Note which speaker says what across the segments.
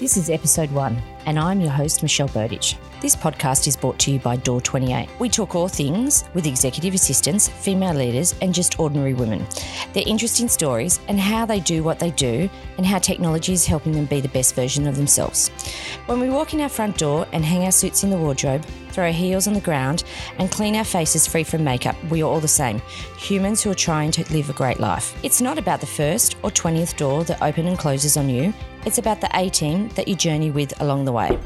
Speaker 1: This is episode one, and I'm your host, Michelle Burditch. This podcast is brought to you by Door 28. We talk all things with executive assistants, female leaders, and just ordinary women, their interesting stories, and how they do what they do, and how technology is helping them be the best version of themselves. When we walk in our front door and hang our suits in the wardrobe, throw our heels on the ground, and clean our faces free from makeup, we are all the same humans who are trying to live a great life. It's not about the first or 20th door that opens and closes on you, it's about the 18 that you journey with along the way.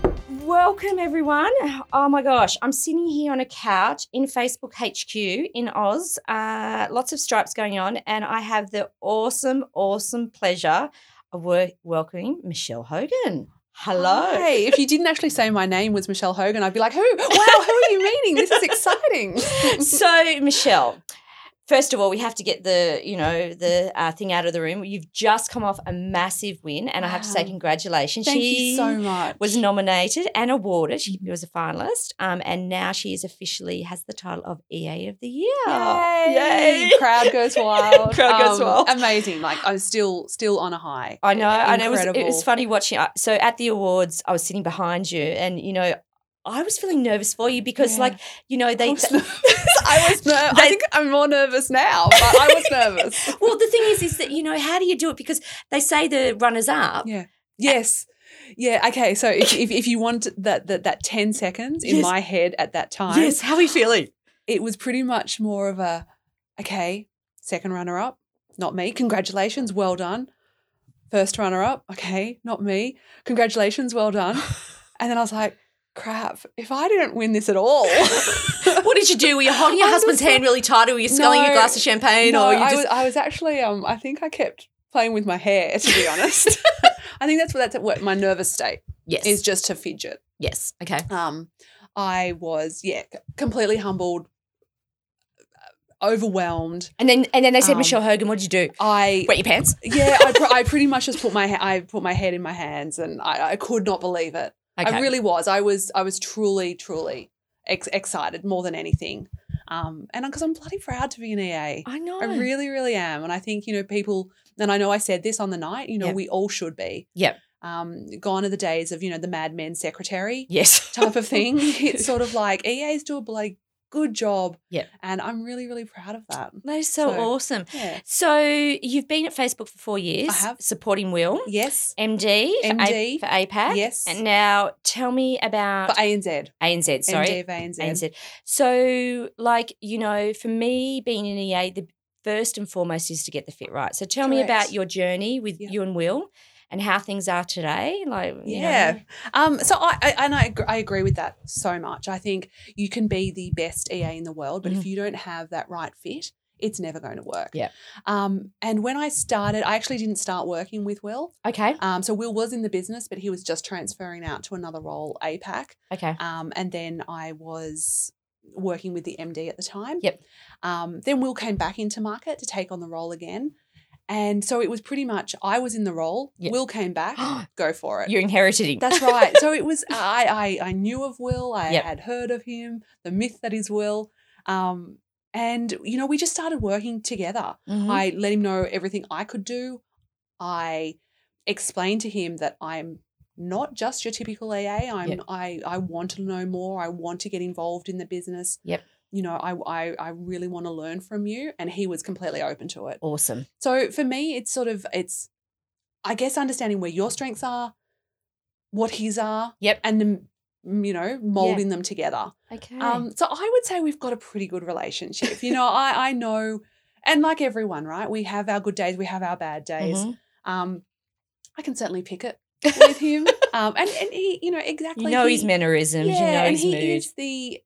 Speaker 1: Welcome, everyone. Oh my gosh, I'm sitting here on a couch in Facebook HQ in Oz. Uh, lots of stripes going on, and I have the awesome, awesome pleasure of wor- welcoming Michelle Hogan. Hello.
Speaker 2: Hey, if you didn't actually say my name was Michelle Hogan, I'd be like, who? Wow, who are you meeting? This is exciting.
Speaker 1: so michelle first of all we have to get the you know the uh, thing out of the room you've just come off a massive win and i have to say
Speaker 2: Wow.
Speaker 1: congratulations
Speaker 2: Thank
Speaker 1: she
Speaker 2: you so much.
Speaker 1: was nominated and awarded she
Speaker 2: Mm-hmm.
Speaker 1: was a finalist um, and now she is officially has the title of ea of the year
Speaker 2: Yay.
Speaker 1: Yay.
Speaker 2: Crowd goes wild. Um,
Speaker 1: Crowd goes wild.
Speaker 2: Amazing. Like I'm still still on a high.
Speaker 1: I know, I know. It was, it
Speaker 2: Incredible.
Speaker 1: was funny watching. I- So at the awards, I was sitting behind you, and you know, I was feeling nervous for you because,
Speaker 2: Yeah.
Speaker 1: like, you know,
Speaker 2: I
Speaker 1: they
Speaker 2: was nervous. I was nervous.
Speaker 1: They-
Speaker 2: I think I'm more nervous now, but I was nervous.
Speaker 1: well, the thing is, is that you know, how do you do it? Because they say the runners up.
Speaker 2: Yeah. Yes. Yeah. Okay. So if, if, if you want that, that that ten seconds in
Speaker 1: Yes.
Speaker 2: my head at that time,
Speaker 1: Yes, how are you feeling?
Speaker 2: it was pretty much more of a okay, second runner up, not me. Congratulations, well done. First runner up, okay, not me. Congratulations, well done. And then I was like, crap, if I didn't win this at all.
Speaker 1: What did you do? Were you holding your
Speaker 2: I was
Speaker 1: husband's hand really tight, or were you sculling
Speaker 2: No.
Speaker 1: a glass of champagne,
Speaker 2: no,
Speaker 1: or you
Speaker 2: I,
Speaker 1: just?
Speaker 2: was, I was actually um I think I kept playing with my hair, to be honest. I think that's what that's what my nervous state
Speaker 1: yes,
Speaker 2: is just to fidget.
Speaker 1: yes, okay.
Speaker 2: um, I was yeah c- completely humbled, uh, overwhelmed.
Speaker 1: And then, and then they said,
Speaker 2: Um,
Speaker 1: Michelle Hogan, what did you do?
Speaker 2: I
Speaker 1: Wet your pants?
Speaker 2: yeah, I, pr- I pretty much just put my ha- I put my head in my hands and I, I could not believe it. I really was. I was I was truly truly ex- excited more than anything, um, and because I'm bloody proud to be an EA.
Speaker 1: I know.
Speaker 2: I really, really am. And I think, you know, people, and I know I said this on the night, you know,
Speaker 1: Yep.
Speaker 2: we all should be.
Speaker 1: Yep.
Speaker 2: Um, gone are the days of, you know, the Mad Men secretary.
Speaker 1: yes.
Speaker 2: type of thing. It's sort of like EAs do a bloody good job.
Speaker 1: Yep.
Speaker 2: And I'm really, really proud of that.
Speaker 1: That is so,
Speaker 2: So-
Speaker 1: awesome.
Speaker 2: Yeah.
Speaker 1: So you've been at Facebook for four years.
Speaker 2: have.
Speaker 1: supporting Will.
Speaker 2: Yes.
Speaker 1: MD, for, A-
Speaker 2: MD.
Speaker 1: for APAC.
Speaker 2: Yes.
Speaker 1: And now tell me about
Speaker 2: But ANZ.
Speaker 1: ANZ, sorry.
Speaker 2: MD of ANZ.
Speaker 1: ANZ. So, like, you know, for me, being an EA, the first and foremost is to get the fit right. So, tell me about
Speaker 2: Correct.
Speaker 1: your journey with
Speaker 2: Yeah.
Speaker 1: you and Will and how things are today. Like, you know.
Speaker 2: Yeah. Um, so I, I and I, ag- I agree with that so much. I think you can be the best EA in the world, but if you don't have that right fit, it's never going to work.
Speaker 1: Mm-hmm. Yeah.
Speaker 2: Um, and when I started, I actually didn't start working with Will.
Speaker 1: Okay.
Speaker 2: Um, so Will was in the business, but he was just transferring out to another role, APAC.
Speaker 1: Okay.
Speaker 2: Um, and then I was working with the MD at the time.
Speaker 1: Yep.
Speaker 2: Um, then Will came back into market to take on the role again. And so it was pretty much I was in the role,
Speaker 1: Yep.
Speaker 2: Will came back, go for it.
Speaker 1: You're inheriting.
Speaker 2: That's right. So it was I, I I knew of Will, I
Speaker 1: Yep.
Speaker 2: had heard of him, the myth that is Will. Um, and you know, we just started working together.
Speaker 1: Mhm.
Speaker 2: I let him know everything I could do. I explained to him that I'm not just your typical AA. I'm
Speaker 1: Yep.
Speaker 2: I I want to know more. I want to get involved in the business.
Speaker 1: Yep.
Speaker 2: You know, I I, I really want to learn from you. And he was completely open to it.
Speaker 1: Awesome.
Speaker 2: So for me, it's sort of it's I guess understanding where your strengths are, what his are,
Speaker 1: Yep.
Speaker 2: and then, mm, you know, molding them together.
Speaker 1: Okay.
Speaker 2: Um, so I would say we've got a pretty good relationship. You know, I, I know, and like everyone, right? We have our good days, we have our bad days.
Speaker 1: Mhm.
Speaker 2: Um, I can certainly pick it
Speaker 1: Mm-hmm.
Speaker 2: with him. um, and, and he, you know, exactly.
Speaker 1: You know
Speaker 2: he-
Speaker 1: his mannerisms.
Speaker 2: Yeah,
Speaker 1: you know
Speaker 2: and
Speaker 1: his
Speaker 2: he
Speaker 1: mood.
Speaker 2: is the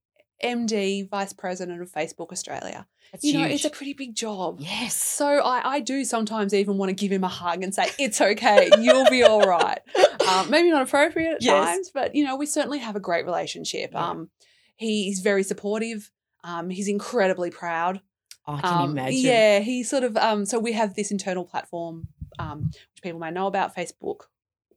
Speaker 2: MD, Vice President of Facebook Australia.
Speaker 1: That's
Speaker 2: you know,
Speaker 1: huge.
Speaker 2: it's a pretty big job.
Speaker 1: yes.
Speaker 2: So I, I do sometimes even want to give him a hug and say, it's okay, you'll be all right.
Speaker 1: Oh,
Speaker 2: Um, maybe not appropriate at
Speaker 1: Yes.
Speaker 2: times, but you know, we certainly have a great relationship.
Speaker 1: Yeah.
Speaker 2: Um, he's very supportive. Um, he's incredibly proud.
Speaker 1: I can
Speaker 2: Um,
Speaker 1: imagine.
Speaker 2: Yeah, he sort of. Um, so we have this internal platform, um, which people may know about, Facebook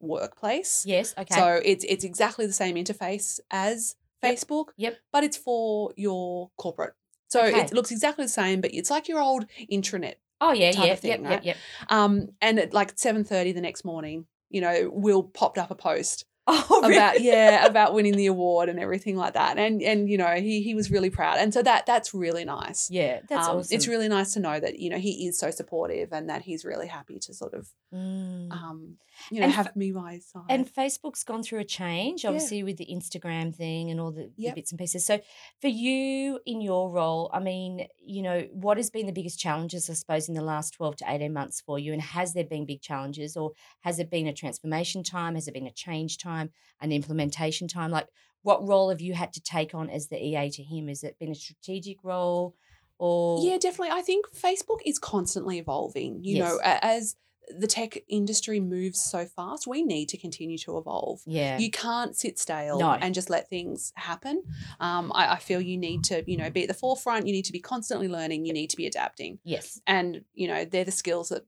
Speaker 2: Workplace.
Speaker 1: Yes. Okay.
Speaker 2: So it's it's exactly the same interface as
Speaker 1: Yep.
Speaker 2: Facebook.
Speaker 1: Yep.
Speaker 2: But it's for your corporate. So
Speaker 1: Okay.
Speaker 2: it looks exactly the same, but it's like your old intranet
Speaker 1: oh yeah.
Speaker 2: type
Speaker 1: Yeah.
Speaker 2: of thing,
Speaker 1: yep. Yep.
Speaker 2: right?
Speaker 1: Yep.
Speaker 2: um, and at like seven thirty the next morning, you know, Will popped up a post
Speaker 1: Oh, really?
Speaker 2: about yeah about winning the award and everything like that and and you know he he was really proud and so that that's really nice
Speaker 1: yeah, that's
Speaker 2: Um,
Speaker 1: awesome.
Speaker 2: it's really nice to know that you know he is so supportive and that he's really happy to sort of
Speaker 1: Mm.
Speaker 2: um you know
Speaker 1: And
Speaker 2: have me by his side
Speaker 1: And Facebook's gone through a change,
Speaker 2: Yeah.
Speaker 1: obviously, with the Instagram thing and all the, the
Speaker 2: Yep.
Speaker 1: bits and pieces. So, for you in your role, I mean, you know, what has been the biggest challenges, I suppose, in the last 12 to 18 months for you? And has there been big challenges, or has it been a transformation time? Has it been a change time, an implementation time? Like, what role have you had to take on as the EA to him? Has it been a strategic role? Or
Speaker 2: yeah definitely i think facebook is constantly evolving you know
Speaker 1: Yes.
Speaker 2: a- as the tech industry moves so fast we need to continue to evolve
Speaker 1: yeah,
Speaker 2: you can't sit stale
Speaker 1: No.
Speaker 2: and just let things happen um, I, I feel you need to you know be at the forefront you need to be constantly learning you need to be adapting
Speaker 1: yes,
Speaker 2: and you know they're the skills that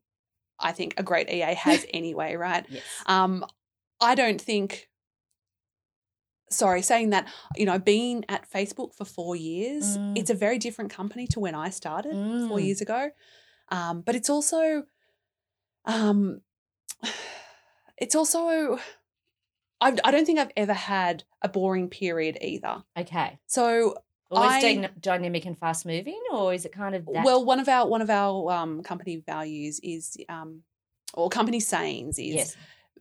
Speaker 2: I think a great EA has anyway, right?
Speaker 1: yes,
Speaker 2: Um, I don't think. Sorry, saying that you know, being at Facebook for four years,
Speaker 1: Mm.
Speaker 2: it's a very different company to when I started four
Speaker 1: Mm.
Speaker 2: years ago. Um, but it's also, um, it's also, I, I don't think I've ever had a boring period either.
Speaker 1: okay.
Speaker 2: So
Speaker 1: Always
Speaker 2: I-
Speaker 1: dyna- dynamic and fast moving, or is it kind of that?
Speaker 2: Well, one of our one of our um, company values is, um, or company sayings is
Speaker 1: yes,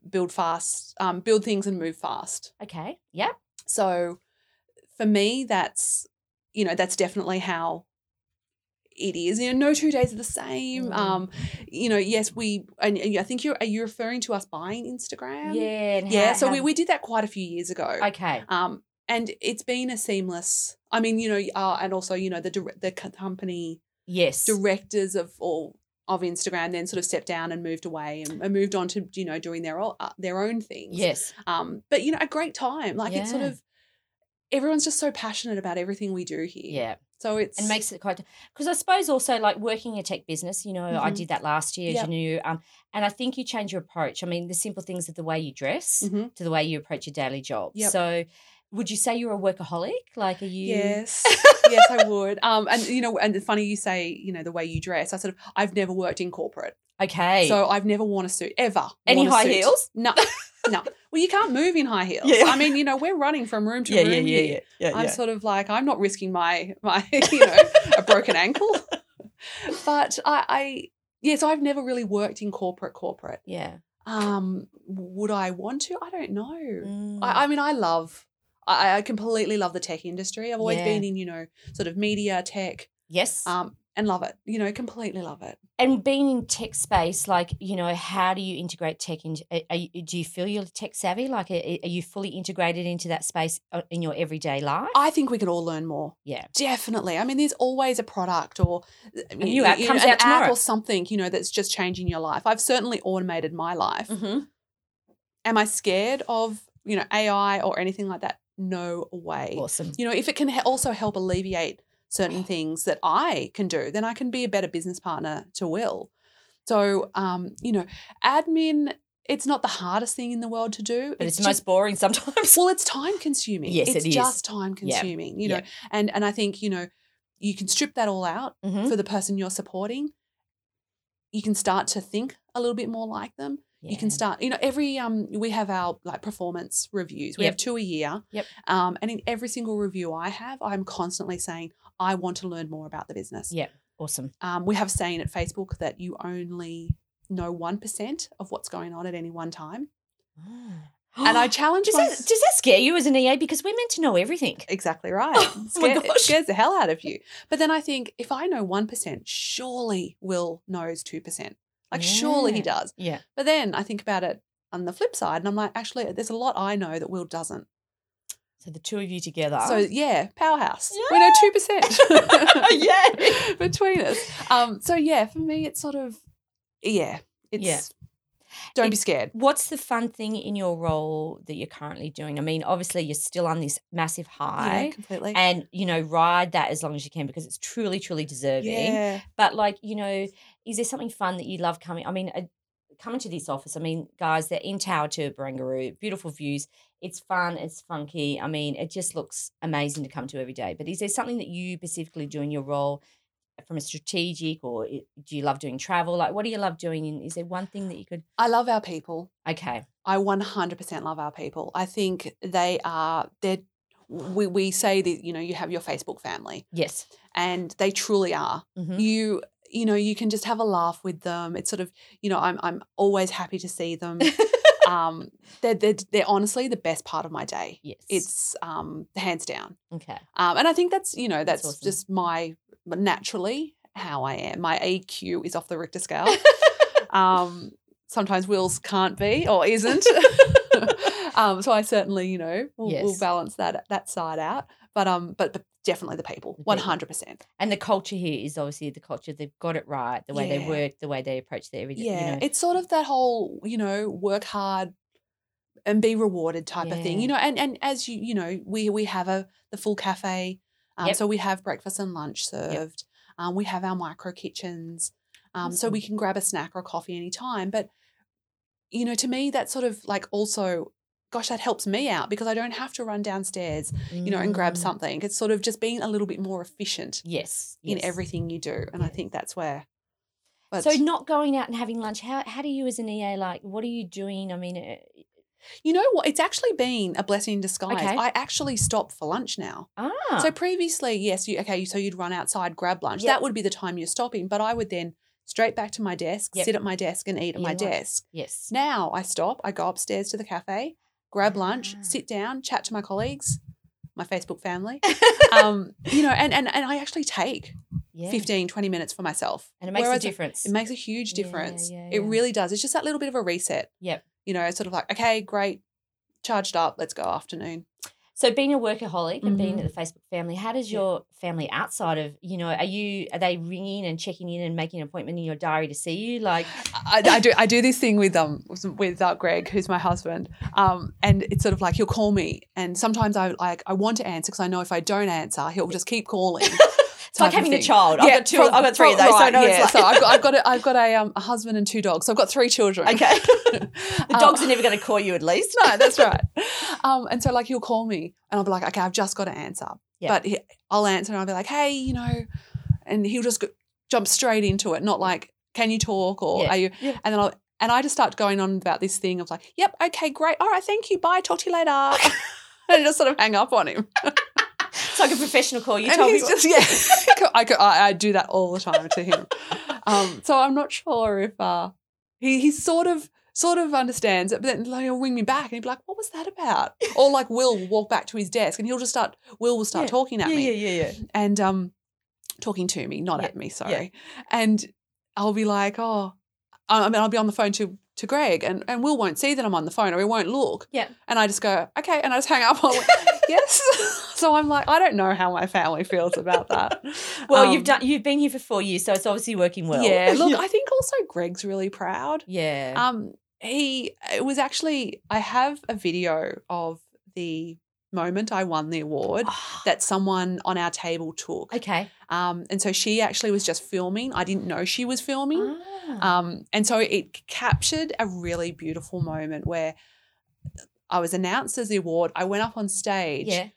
Speaker 2: build fast, um, build things and move fast.
Speaker 1: okay, yeah.
Speaker 2: So, for me, that's you know that's definitely how it is. You know, no two days are the same.
Speaker 1: Mm.
Speaker 2: Um, you know, yes, we and, and I think you're are you referring to us buying Instagram?
Speaker 1: Yeah. and
Speaker 2: yeah.
Speaker 1: how-
Speaker 2: So we
Speaker 1: how-
Speaker 2: we did that quite a few years ago.
Speaker 1: Okay.
Speaker 2: Um, and it's been a seamless. I mean, you know, uh, and also you know the dir- the co- company
Speaker 1: Yes.
Speaker 2: directors of all of Instagram then sort of stepped down and moved away and, and moved on to you know doing their all, uh, their own things.
Speaker 1: Yes.
Speaker 2: Um, but you know, a great time. Like it's sort
Speaker 1: Yeah.
Speaker 2: of everyone's just so passionate about everything we do here.
Speaker 1: Yeah.
Speaker 2: So it's
Speaker 1: And makes it quite because I suppose also like working a tech business, you know, I
Speaker 2: Mhm.
Speaker 1: did that last year, as
Speaker 2: Yep.
Speaker 1: you knew. Um, and I think you change your approach. I mean, the simple things of the way you dress
Speaker 2: Mhm.
Speaker 1: to the way you approach your daily job.
Speaker 2: Yep.
Speaker 1: So would you say you're a workaholic? Like are you
Speaker 2: yes. yes, I would. Um, and you know, and it's funny you say, you know, the way you dress. I sort of, I've never worked in corporate,
Speaker 1: Okay.
Speaker 2: so I've never worn a suit ever.
Speaker 1: Any
Speaker 2: worn a
Speaker 1: high
Speaker 2: suit.
Speaker 1: heels?
Speaker 2: No, no. Well, you can't move in high heels.
Speaker 1: Yeah.
Speaker 2: I mean, you know, we're running from room to room here.
Speaker 1: yeah,
Speaker 2: I'm sort of like I'm not risking my my you know a broken ankle, but I, I yeah. So I've never really worked in corporate corporate.
Speaker 1: yeah.
Speaker 2: Um, would I want to? I don't know.
Speaker 1: Mm.
Speaker 2: I, I mean, I love. I, I completely love the tech industry. I've always
Speaker 1: Yeah.
Speaker 2: been in you know sort of media tech,
Speaker 1: yes.
Speaker 2: um, and love it. You know, completely love it.
Speaker 1: and being in tech space like you know how do you integrate tech into are, are you, do you feel you're tech savvy like are, are you fully integrated into that space uh, in your everyday life
Speaker 2: I think we could all learn more.
Speaker 1: yeah
Speaker 2: Definitely. I mean, there's always a product or a
Speaker 1: new app comes
Speaker 2: an
Speaker 1: out tomorrow.
Speaker 2: app or something you know that's just changing your life. I've certainly automated my life. am I scared of you know AI or anything like that? No way.
Speaker 1: awesome
Speaker 2: You know, if it can he- also help alleviate
Speaker 1: Oh.
Speaker 2: certain things that I can do, then I can be a better business partner to Will. So, um, you know, admin. It's not the hardest thing in the world to do.
Speaker 1: but it's, the
Speaker 2: just
Speaker 1: most boring sometimes
Speaker 2: well, it's time consuming.
Speaker 1: Yes,
Speaker 2: it's
Speaker 1: it is.
Speaker 2: just time consuming. You know,
Speaker 1: yeah.
Speaker 2: and and I think you know, you can strip that all out
Speaker 1: Mhm.
Speaker 2: for the person you're supporting. You can start to think a little bit more like them you
Speaker 1: Yeah.
Speaker 2: can start you know every um we have our like performance reviews we have
Speaker 1: Yep.
Speaker 2: two a year
Speaker 1: Yep.
Speaker 2: um and in every single review i have i'm constantly saying i want to learn more about the business
Speaker 1: Yeah. awesome
Speaker 2: um we have saying at facebook that you only know 1% of what's going on at any one time and i challenge
Speaker 1: does
Speaker 2: my-
Speaker 1: that, does that scare you as an ea because we're meant to know everything
Speaker 2: exactly right
Speaker 1: Oh my
Speaker 2: Scare- it
Speaker 1: gosh.
Speaker 2: scares the hell out of you but then i think if i know 1% surely will knows 2% like surely he
Speaker 1: Yeah.
Speaker 2: does
Speaker 1: yeah
Speaker 2: But then I think about it on the flip side, and I'm like, actually, there's a lot I know that Will doesn't.
Speaker 1: so the two of you together
Speaker 2: So yeah, powerhouse. We
Speaker 1: Yeah.
Speaker 2: know two percent
Speaker 1: yeah
Speaker 2: between us. Um, so yeah, for me, it's sort of yeah, it's
Speaker 1: Yeah.
Speaker 2: don't
Speaker 1: It-
Speaker 2: be scared.
Speaker 1: What's the fun thing in your role that you're currently doing? I mean, obviously you're still on this massive high.
Speaker 2: yeah, completely.
Speaker 1: and you know ride that as long as you can because it's truly truly deserving
Speaker 2: yeah,
Speaker 1: but like you know is there something fun that you love coming i mean uh, coming to this office i mean guys they're in tower to barangaroo beautiful views it's fun it's funky i mean it just looks amazing to come to every day but is there something that you specifically do in your role uh, from a strategic or i- do you love doing travel? Like, what do you love doing? And is there one thing that you could?
Speaker 2: I love our people.
Speaker 1: Okay.
Speaker 2: I 100% love our people. I think they are, they're, we, we say that, you know, you have your Facebook family
Speaker 1: Yes.
Speaker 2: and they truly are.
Speaker 1: hmm
Speaker 2: You, you know, you can just have a laugh with them. It's sort of, you know, I'm, I'm always happy to see them. um, they're, they're, they're honestly the best part of my day.
Speaker 1: Yes.
Speaker 2: It's um, hands down.
Speaker 1: okay.
Speaker 2: Um, and I think that's, you know,
Speaker 1: That's
Speaker 2: that's,
Speaker 1: awesome.
Speaker 2: just my naturally how I am. My AQ is off the Richter scale. um, sometimes Will's can't be or isn't. um, so I certainly, you know, will will
Speaker 1: Yes.
Speaker 2: balance that that side out. But um, but, but definitely the people,
Speaker 1: The people.
Speaker 2: one hundred percent.
Speaker 1: And the culture here is obviously the culture. They've got it right. The way they
Speaker 2: Yeah.
Speaker 1: work, the way they approach their everyday.
Speaker 2: Yeah,
Speaker 1: You know,
Speaker 2: it's sort of that whole, you know, work hard and be rewarded type of thing.
Speaker 1: Yeah.
Speaker 2: You know, and and as you, you know, we we have a the full cafe, um,
Speaker 1: Yep.
Speaker 2: so we have breakfast and lunch served. Um, we have our micro kitchens, um, so we can grab a snack or a coffee anytime. But you know, to me, that's sort of like also. Gosh, that helps me out because I don't have to run downstairs, you know, and grab
Speaker 1: Mm.
Speaker 2: something. It's sort of just being a little bit more efficient
Speaker 1: Yes.
Speaker 2: in
Speaker 1: yes.
Speaker 2: everything you do, and I
Speaker 1: Yes.
Speaker 2: think that's where. But
Speaker 1: so not going out and having lunch. How how do you as an EA like? What are you doing? I mean, uh,
Speaker 2: You know what? It's actually been a blessing in disguise.
Speaker 1: Okay.
Speaker 2: I actually stop for lunch now.
Speaker 1: ah,
Speaker 2: So previously, yes, you okay, so you'd run outside, grab lunch.
Speaker 1: Yep.
Speaker 2: That would be the time you're stopping, but I would then straight back to my desk,
Speaker 1: Yep.
Speaker 2: sit at my desk and eat at
Speaker 1: Eat
Speaker 2: my
Speaker 1: lunch.
Speaker 2: desk.
Speaker 1: yes,
Speaker 2: Now I stop, I go upstairs to the cafe, grab lunch,
Speaker 1: Ah.
Speaker 2: sit down, chat to my colleagues, my Facebook family. um, you know, and, and and I actually take
Speaker 1: yeah.
Speaker 2: fifteen, twenty 15, 20 minutes for myself.
Speaker 1: and it makes a
Speaker 2: Whereas I-
Speaker 1: difference.
Speaker 2: It makes a huge
Speaker 1: Yeah,
Speaker 2: difference.
Speaker 1: yeah,
Speaker 2: It
Speaker 1: yeah.
Speaker 2: really does. It's just that little bit of a reset.
Speaker 1: Yep.
Speaker 2: You know, it's sort of like, okay, great, charged up, let's go afternoon.
Speaker 1: So being a workaholic and being
Speaker 2: Mhm.
Speaker 1: at the Facebook family, how does
Speaker 2: Yeah.
Speaker 1: your family outside of you know are you are they ringing and checking in and making an appointment in your diary to see you? Like
Speaker 2: I, I do I do this thing with um with uh, Greg, who's my husband, um, and it's sort of like he'll call me, and sometimes I like I want to answer because I know if I don't answer, he'll just keep calling.
Speaker 1: it's like having a child. I've got two.
Speaker 2: i
Speaker 1: I've got three of those. so no, it's
Speaker 2: so
Speaker 1: like,
Speaker 2: I've got, I've got a, I've got a, um, a husband and two dogs. So I've got three children.
Speaker 1: okay. the
Speaker 2: Um,
Speaker 1: dogs are never going to call you at least.
Speaker 2: no, that's right. Um, and so like he'll call me and I'll be like, okay, I've just got to answer.
Speaker 1: Yeah.
Speaker 2: But he, I'll answer and I'll be like, hey, you know, and he'll just go, jump straight into it, not like, can you talk or
Speaker 1: Yeah.
Speaker 2: are you?
Speaker 1: Yeah.
Speaker 2: And then I'll and I just start going on about this thing of like, yep, okay, great, all right, thank you, bye, talk to you later, and just sort of hang up on him.
Speaker 1: It's like a professional call. Oh, You
Speaker 2: and
Speaker 1: told me.
Speaker 2: he's just yeah, I, could- I I do that all the time to him. Um, so I'm not sure if uh, he he sort of sort of understands it, but then like, he'll ring me back and he'll be like, "What was that about?" Or like Will will walk back to his desk and he'll just start Will will start
Speaker 1: Yeah.
Speaker 2: talking at
Speaker 1: yeah,
Speaker 2: me
Speaker 1: yeah, yeah, yeah.
Speaker 2: and um talking to me, not
Speaker 1: Yeah,
Speaker 2: at me, sorry. And I'll be like, oh, I I mean, I'll be on the phone to to Greg, and and Will won't see that I'm on the phone, or he won't look.
Speaker 1: Yeah.
Speaker 2: And I just go, okay, and I just hang up. on yes. so I'm like, I don't know how my family feels about that.
Speaker 1: Well,
Speaker 2: Um,
Speaker 1: you've done. You've been here for four years, so it's obviously working well.
Speaker 2: Yeah. Look, I think also Greg's really proud.
Speaker 1: yeah.
Speaker 2: Um, he it was actually I have a video of the moment I won the award
Speaker 1: Ah,
Speaker 2: that someone on our table took.
Speaker 1: okay.
Speaker 2: Um, and so she actually was just filming. I didn't know she was filming.
Speaker 1: Ah,
Speaker 2: Um, and so it captured a really beautiful moment where uh, I was announced as the award. I went up on stage.
Speaker 1: yeah.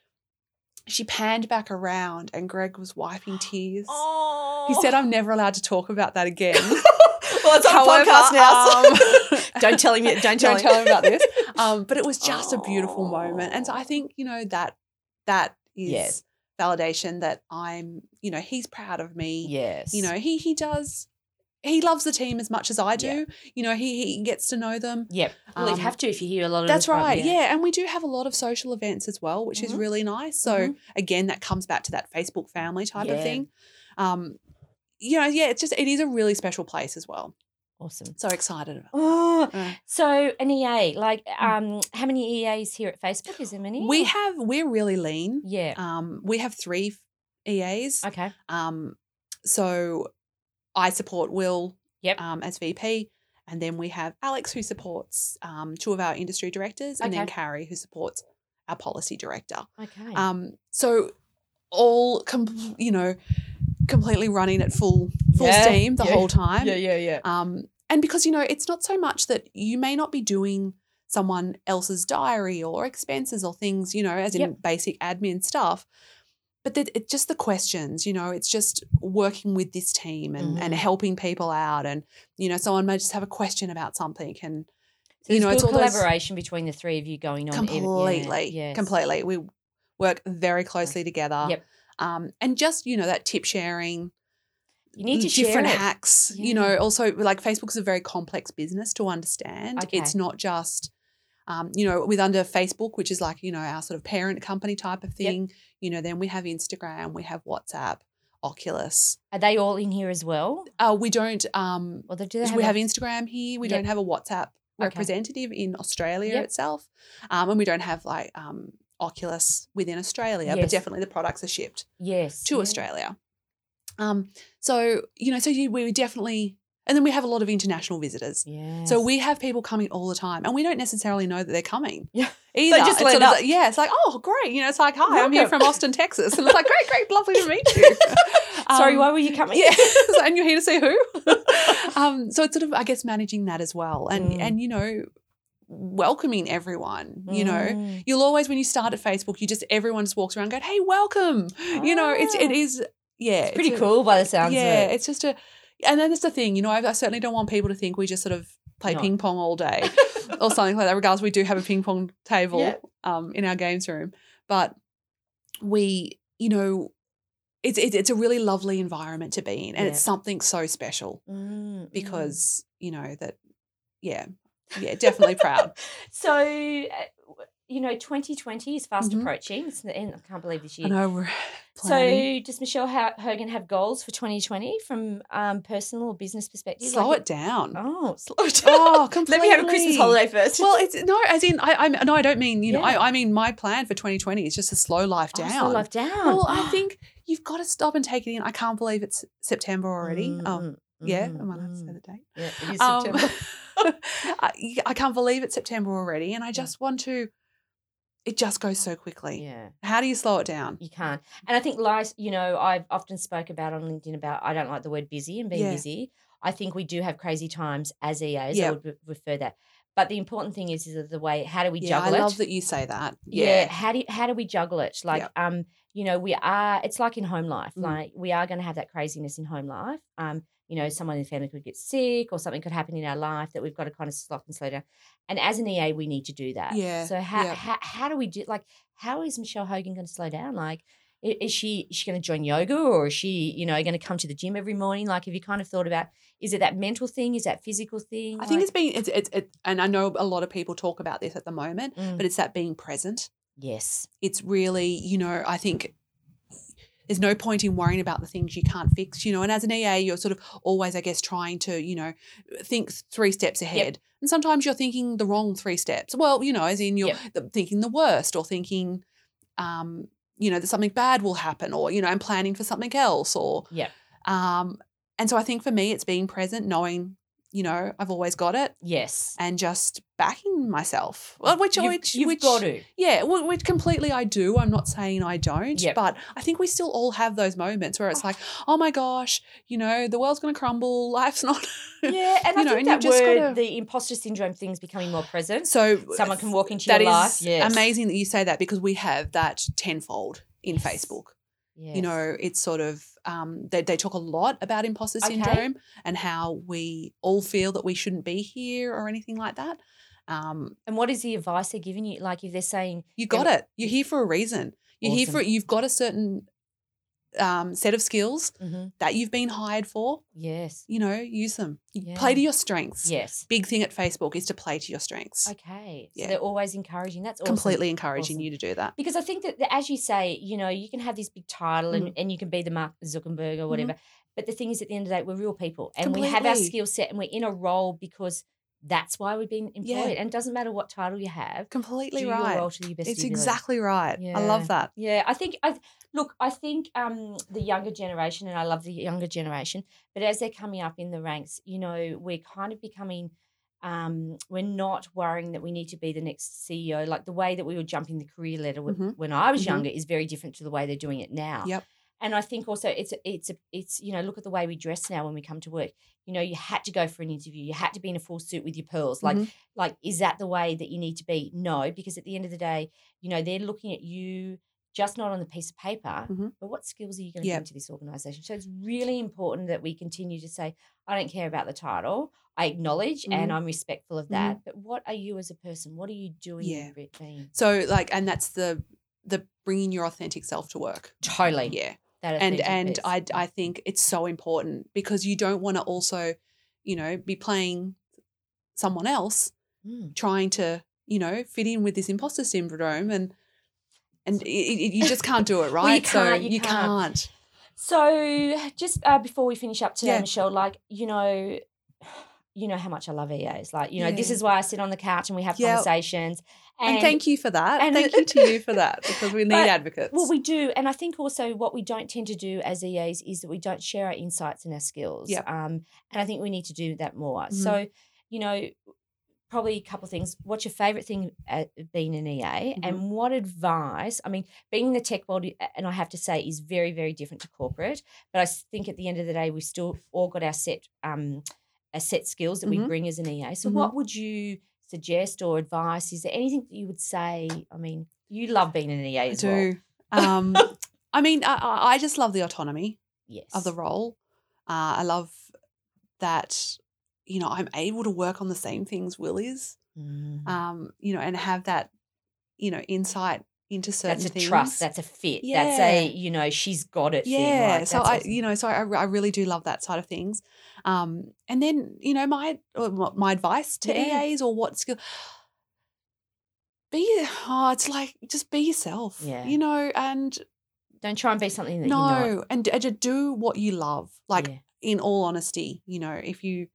Speaker 2: She panned back around, and Greg was wiping tears.
Speaker 1: Oh.
Speaker 2: He said, "I'm never allowed to talk about that again."
Speaker 1: well, it's on
Speaker 2: However,
Speaker 1: a podcast now. so-
Speaker 2: um,
Speaker 1: don't tell him. yet- Don't tell
Speaker 2: don't
Speaker 1: him.
Speaker 2: tell him about this. Um, but it was just a beautiful moment, and so I
Speaker 1: Oh.
Speaker 2: think you know that that is
Speaker 1: Yeah.
Speaker 2: validation that I'm. You know, he's proud of me.
Speaker 1: Yes.
Speaker 2: you know he he does he loves the team as much as I do.
Speaker 1: Yeah.
Speaker 2: You know, he, he gets to know them.
Speaker 1: Yep. Well,
Speaker 2: Um,
Speaker 1: you'd have to if you hear a lot of.
Speaker 2: That's
Speaker 1: us, right?
Speaker 2: right. Yeah. And we do have a lot of social events as well, which is
Speaker 1: Mhm.
Speaker 2: really nice. So,
Speaker 1: Mhm.
Speaker 2: again, that comes back to that Facebook family type
Speaker 1: Yeah.
Speaker 2: of thing. Um, you know, yeah, it's just, it is a really special place as well.
Speaker 1: Awesome.
Speaker 2: So excited about
Speaker 1: Oh,
Speaker 2: Uh.
Speaker 1: so an EA like um, how many EAs here at Facebook? Is there many?
Speaker 2: Mm. We
Speaker 1: Or-
Speaker 2: have, we're really lean.
Speaker 1: yeah.
Speaker 2: Um, we have three E EAs.
Speaker 1: Okay.
Speaker 2: Um, so I support Will
Speaker 1: Yep.
Speaker 2: um, as VP. And then we have Alex, who supports um, two of our industry directors, and then
Speaker 1: Okay. Mm.
Speaker 2: Carrie, who supports our policy director.
Speaker 1: Okay.
Speaker 2: Um, so all, com- you know, completely running at full full
Speaker 1: Yeah,
Speaker 2: steam the
Speaker 1: yeah,
Speaker 2: whole time.
Speaker 1: yeah, yeah.
Speaker 2: Um, and because, you know, it's not so much that you may not be doing someone else's diary or expenses or things, you know, as in basic admin stuff, but the, it's just the questions, you know, it's just working with this team and,
Speaker 1: Mm-hmm.
Speaker 2: and helping people out. And, you know, someone may just have a question about something and,
Speaker 1: So
Speaker 2: you know,
Speaker 1: there's
Speaker 2: it's
Speaker 1: good
Speaker 2: all those-
Speaker 1: collaboration between the three of you going on. even- yeah,
Speaker 2: completely
Speaker 1: yes.
Speaker 2: completely we work very closely together
Speaker 1: Yep.
Speaker 2: um, and just you know that tip sharing
Speaker 1: You need to
Speaker 2: different
Speaker 1: share it.
Speaker 2: hacks
Speaker 1: Yeah.
Speaker 2: you know also like facebook's a very complex business to understand it's
Speaker 1: Okay.
Speaker 2: not just um, you know with under facebook which is like you know our sort of parent company type of
Speaker 1: Yep.
Speaker 2: thing you know then we have instagram we have whatsapp oculus
Speaker 1: Are they all in here as well?
Speaker 2: uh, we don't um,
Speaker 1: Or they- do they
Speaker 2: we have
Speaker 1: a-
Speaker 2: Instagram here. We
Speaker 1: Yep.
Speaker 2: don't have a WhatsApp
Speaker 1: Okay.
Speaker 2: representative in Australia
Speaker 1: Yep.
Speaker 2: itself, um, and we don't have like um, Oculus within Australia. But
Speaker 1: Yes.
Speaker 2: definitely, the products are shipped
Speaker 1: yes
Speaker 2: to
Speaker 1: yeah.
Speaker 2: Australia. Um, so you know, so you, we definitely, and then we have a lot of international visitors.
Speaker 1: Yes.
Speaker 2: So we have people coming all the time, and we don't necessarily know that they're coming.
Speaker 1: Yeah.
Speaker 2: either.
Speaker 1: just
Speaker 2: It's
Speaker 1: land
Speaker 2: sort of
Speaker 1: up.
Speaker 2: like- yeah, it's like oh great, you know, it's like hi, I'm here
Speaker 1: Welcome.
Speaker 2: from Austin, Texas, and it's like great, great, lovely to meet you.
Speaker 1: Sorry,
Speaker 2: Um,
Speaker 1: why were you coming?
Speaker 2: yeah, So, and you're here to see who. um, so it's sort of, I guess, managing that as well, and
Speaker 1: Mm.
Speaker 2: and you know, welcoming everyone. You know,
Speaker 1: Mm.
Speaker 2: you'll always when you start at Facebook, you just everyone just walks around going, "Hey, welcome." You know, it's it
Speaker 1: Ah.
Speaker 2: is yeah,
Speaker 1: It's pretty
Speaker 2: a-
Speaker 1: cool by the sounds
Speaker 2: yeah,
Speaker 1: of it.
Speaker 2: it's just a, and then it's the thing. You know, I, I certainly don't want people to think we just sort of play
Speaker 1: No.
Speaker 2: ping pong all day or something like that. Regardless, we do have a ping pong table
Speaker 1: Yeah.
Speaker 2: um, in our games room, but we, you know, it's it's it's a really lovely environment to be in, and it's
Speaker 1: Yeah.
Speaker 2: something so special
Speaker 1: Mm, mm.
Speaker 2: because you know that, yeah, yeah, definitely proud.
Speaker 1: So, uh, w- you know, 2020 is fast
Speaker 2: Mhm.
Speaker 1: approaching. It's the end. I can't believe this
Speaker 2: I
Speaker 1: year.
Speaker 2: know we're planning.
Speaker 1: So, does Michelle Ho- Hogan have goals for 2020 from um, personal or business perspective?
Speaker 2: slow
Speaker 1: Like
Speaker 2: it down.
Speaker 1: Oh, slow it down.
Speaker 2: Oh, completely.
Speaker 1: Let me have a Christmas holiday first.
Speaker 2: Well, it's no, as in I, I no, I don't mean you know.
Speaker 1: Yeah.
Speaker 2: I, I mean my plan for 2020 is just to slow life
Speaker 1: Oh,
Speaker 2: down.
Speaker 1: slow life down.
Speaker 2: Well, I think you've got to stop and take it in. I can't believe it's September already.
Speaker 1: Mm,
Speaker 2: um,
Speaker 1: mm,
Speaker 2: yeah,
Speaker 1: mm,
Speaker 2: am I allowed to say
Speaker 1: mm.
Speaker 2: the date?
Speaker 1: Yeah, it is
Speaker 2: Um,
Speaker 1: September.
Speaker 2: I, I can't believe it's September already, and I just want to. It just goes so quickly.
Speaker 1: yeah.
Speaker 2: How do you slow it down?
Speaker 1: You can't. And I think life, you know, I've often spoke about on LinkedIn about I don't like the word busy and being
Speaker 2: Yeah.
Speaker 1: busy. I think we do have crazy times as EAs.
Speaker 2: Yeah.
Speaker 1: I would re- refer that. But the important thing is, is the way how do we
Speaker 2: yeah, I
Speaker 1: juggle it?
Speaker 2: love that you say that.
Speaker 1: yeah.
Speaker 2: Yeah,
Speaker 1: How do you, how do we juggle it? Like, um, you know, we are. It's like in home life.
Speaker 2: Mm.
Speaker 1: Like we are going to have that craziness in home life. Um, you know, someone in the family could get sick or something could happen in our life that we've got to kind of stop and slow down. And as an EA, we need to do that.
Speaker 2: Yeah,
Speaker 1: So how
Speaker 2: yeah.
Speaker 1: how, how do we do? Like, how is Michelle Hogan going to slow down? Like. i- Is she is she going to join yoga or is she you know going to come to the gym every morning? Like, have you kind of thought about is it that mental thing? Is that physical thing?
Speaker 2: I think
Speaker 1: Like-
Speaker 2: it's being it's it's it, and I know a lot of people talk about this at the moment,
Speaker 1: Mm.
Speaker 2: but it's that being present.
Speaker 1: yes,
Speaker 2: it's really, you know, I think there's no point in worrying about the things you can't fix, you know. And as an EA, you're sort of always, I guess, trying to, you know, think three steps ahead. And sometimes you're thinking the wrong three steps. Well, you know, as in you're th- thinking the worst or thinking, um, you know, that something bad will happen or, you know, I'm planning for something else or,
Speaker 1: Yep.
Speaker 2: Um, and so I think for me, it's being present, knowing, you know, I've always got it
Speaker 1: yes.
Speaker 2: and just backing myself. Well, which,
Speaker 1: you've,
Speaker 2: which,
Speaker 1: you've
Speaker 2: which,
Speaker 1: got to.
Speaker 2: yeah, wh- which completely I do. I'm not saying I don't,
Speaker 1: Yep.
Speaker 2: but I think we still all have those moments where it's like, oh my gosh, you know, the world's going to crumble, life's not.
Speaker 1: Yeah, and
Speaker 2: You
Speaker 1: I
Speaker 2: know,
Speaker 1: think
Speaker 2: and you
Speaker 1: that
Speaker 2: just
Speaker 1: word,
Speaker 2: gotta-
Speaker 1: the imposter syndrome thing's becoming more present. So
Speaker 2: So
Speaker 1: Someone can walk into
Speaker 2: that
Speaker 1: your life.
Speaker 2: is
Speaker 1: Yes.
Speaker 2: amazing that you say that because we have that tenfold in
Speaker 1: Yes.
Speaker 2: Facebook. You know, it's sort of um, they they talk a lot about imposter
Speaker 1: Okay.
Speaker 2: syndrome and how we all feel that we shouldn't be here or anything like that. Um,
Speaker 1: and what is the advice they're giving you? Like if they're saying,
Speaker 2: You got it. You're here for a reason. You're here
Speaker 1: Awesome.
Speaker 2: for you've got a certain um, set of skills
Speaker 1: Mhm,
Speaker 2: that you've been hired for.
Speaker 1: yes,
Speaker 2: You know, use them. You
Speaker 1: Yeah.
Speaker 2: Play to your strengths.
Speaker 1: yes,
Speaker 2: Big thing at Facebook is to play to your strengths.
Speaker 1: okay. So
Speaker 2: Yeah.
Speaker 1: they're always encouraging. That's awesome.
Speaker 2: Completely encouraging
Speaker 1: Awesome.
Speaker 2: you to do that.
Speaker 1: Because I think that, that as you say, you know, you can have this big title and, and you can be the Mark Zuckerberg or whatever. But the thing is, at the end of the day, we're real people and we have our
Speaker 2: Completely.
Speaker 1: skill set and we're in a role because that's why we've been employed.
Speaker 2: Yeah.
Speaker 1: And it doesn't matter what title you have,
Speaker 2: Completely
Speaker 1: do your
Speaker 2: right.
Speaker 1: role to your best
Speaker 2: It's
Speaker 1: of your ability.
Speaker 2: exactly right. I
Speaker 1: Yeah.
Speaker 2: love that.
Speaker 1: Yeah, I think I look. I think um, the younger generation, and I love the younger generation, but as they're coming up in the ranks, you know, we're kind of becoming. Um, we're not worrying that we need to be the next CEO. Like the way that we were jumping the career ladder wh-
Speaker 2: Mhm.
Speaker 1: when I was
Speaker 2: Mhm.
Speaker 1: younger is very different to the way they're doing it now.
Speaker 2: Yep.
Speaker 1: And I think also it's a- it's a, it's you know look at the way we dress now when we come to work. You know, you had to go for an interview. You had to be in a full suit with your pearls. Like
Speaker 2: Mhm.
Speaker 1: like is that the way that you need to be? No, because at the end of the day, you know, they're looking at you just not on the piece of paper,
Speaker 2: Mhm.
Speaker 1: but what skills are you going to
Speaker 2: Yeah.
Speaker 1: bring to this organisation? So it's really important that we continue to say, I don't care about the title. I acknowledge
Speaker 2: Mm-hmm.
Speaker 1: and I'm respectful of that. But what are you as a person? What are you doing?
Speaker 2: Yeah.
Speaker 1: in Britain?
Speaker 2: So like, and that's the the bringing your authentic self to work.
Speaker 1: Totally.
Speaker 2: Yeah,
Speaker 1: That
Speaker 2: and
Speaker 1: authentic
Speaker 2: and
Speaker 1: person.
Speaker 2: I I think it's so important because you don't want to also, you know, be playing someone else
Speaker 1: Mm.
Speaker 2: trying to you know fit in with this imposter syndrome and and it, it, you just can't do it right.
Speaker 1: Well, you
Speaker 2: so
Speaker 1: can't, you can't. So just uh, before we finish up today,
Speaker 2: Yeah.
Speaker 1: Michelle, like you know, you know how much I love EAs. Like you know, this
Speaker 2: Yeah.
Speaker 1: is why I sit on the couch and we have
Speaker 2: Yeah.
Speaker 1: conversations.
Speaker 2: And, thank you for that.
Speaker 1: and-
Speaker 2: thank you to you for that because we need
Speaker 1: But-
Speaker 2: advocates.
Speaker 1: Well, we do, and I think also what we don't tend to do as EAs is that we don't share our insights and our skills.
Speaker 2: Yep.
Speaker 1: Um, and I think we need to do that more.
Speaker 2: Mhm.
Speaker 1: So, you know, probably a couple of things. What's your favorite thing at being an EA, and
Speaker 2: Mm-hmm.
Speaker 1: what advice? I mean, being in the tech world, a- and I have to say, is very, very different to corporate. But I s- think at the end of the day, we've still all got our set, um, our set skills that we
Speaker 2: Mhm.
Speaker 1: bring as an EA. So,
Speaker 2: Mhm.
Speaker 1: what would you? suggest or advice is there anything that you would say i mean you love being an ea
Speaker 2: I
Speaker 1: as well
Speaker 2: do. Um, I mean, I- I, I just love the autonomy.
Speaker 1: yes
Speaker 2: of the role. Uh, I love that, you know, I'm able to work on the same things Will is,
Speaker 1: Mm.
Speaker 2: um, you know, and have that, you know, insight into certain
Speaker 1: that's a
Speaker 2: things.
Speaker 1: trust that's a fit that's a
Speaker 2: Yeah.
Speaker 1: you know she's got it
Speaker 2: yeah.
Speaker 1: thing, right?
Speaker 2: so
Speaker 1: That's
Speaker 2: I,
Speaker 1: awesome.
Speaker 2: you know, so I, I really do love that side of things. Um, and then, you know, my uh, my- my advice to
Speaker 1: Yeah.
Speaker 2: EAs or what skill. Be oh, it's like just be yourself.
Speaker 1: Yeah.
Speaker 2: You know, and
Speaker 1: don't try and be something that you're not
Speaker 2: no, and, and just do what you love. Like
Speaker 1: Yeah.
Speaker 2: in all honesty, you know, if you,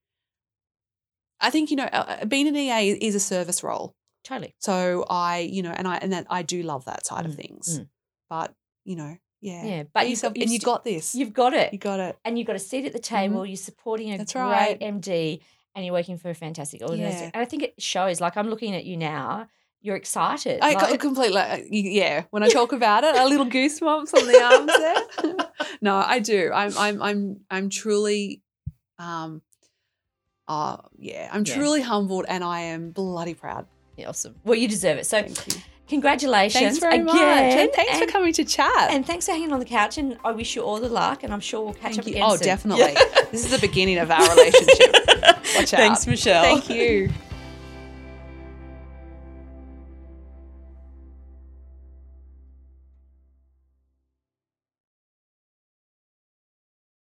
Speaker 2: I think you know, uh, uh, being an EA is a service role.
Speaker 1: totally
Speaker 2: So I, you know, and I and that I do love that side of
Speaker 1: Mm,
Speaker 2: things,
Speaker 1: mm.
Speaker 2: but you know, yeah,
Speaker 1: yeah
Speaker 2: Be
Speaker 1: but you've,
Speaker 2: yourself,
Speaker 1: got, you've,
Speaker 2: and you
Speaker 1: st-
Speaker 2: got this, you
Speaker 1: you've got it
Speaker 2: got it.
Speaker 1: and you've got a seat at the table you're supporting a
Speaker 2: That's
Speaker 1: great
Speaker 2: right.
Speaker 1: md and you're working for a fantastic organization
Speaker 2: Yeah.
Speaker 1: and i think it shows like i'm looking at you now you're excited
Speaker 2: I
Speaker 1: like-
Speaker 2: got completely, uh, y- yeah. When I talk about it, a little goosebumps on the arms there. no, I do. I'm, I'm, I'm, I'm truly, um, uh, yeah, I'm
Speaker 1: Yeah.
Speaker 2: truly humbled, and I am bloody proud.
Speaker 1: Yeah, awesome well you deserve it so
Speaker 2: Thank you.
Speaker 1: congratulations
Speaker 2: Thanks very
Speaker 1: again
Speaker 2: much, and thanks
Speaker 1: and-
Speaker 2: for coming to chat.
Speaker 1: and thanks for hanging on the couch, and I wish you all the luck. And I'm sure we'll catch
Speaker 2: Thank
Speaker 1: up
Speaker 2: you.
Speaker 1: again
Speaker 2: Oh,
Speaker 1: soon.
Speaker 2: definitely. this is the beginning of our relationship. Watch out.
Speaker 1: Thanks, Michelle.
Speaker 2: Thank you.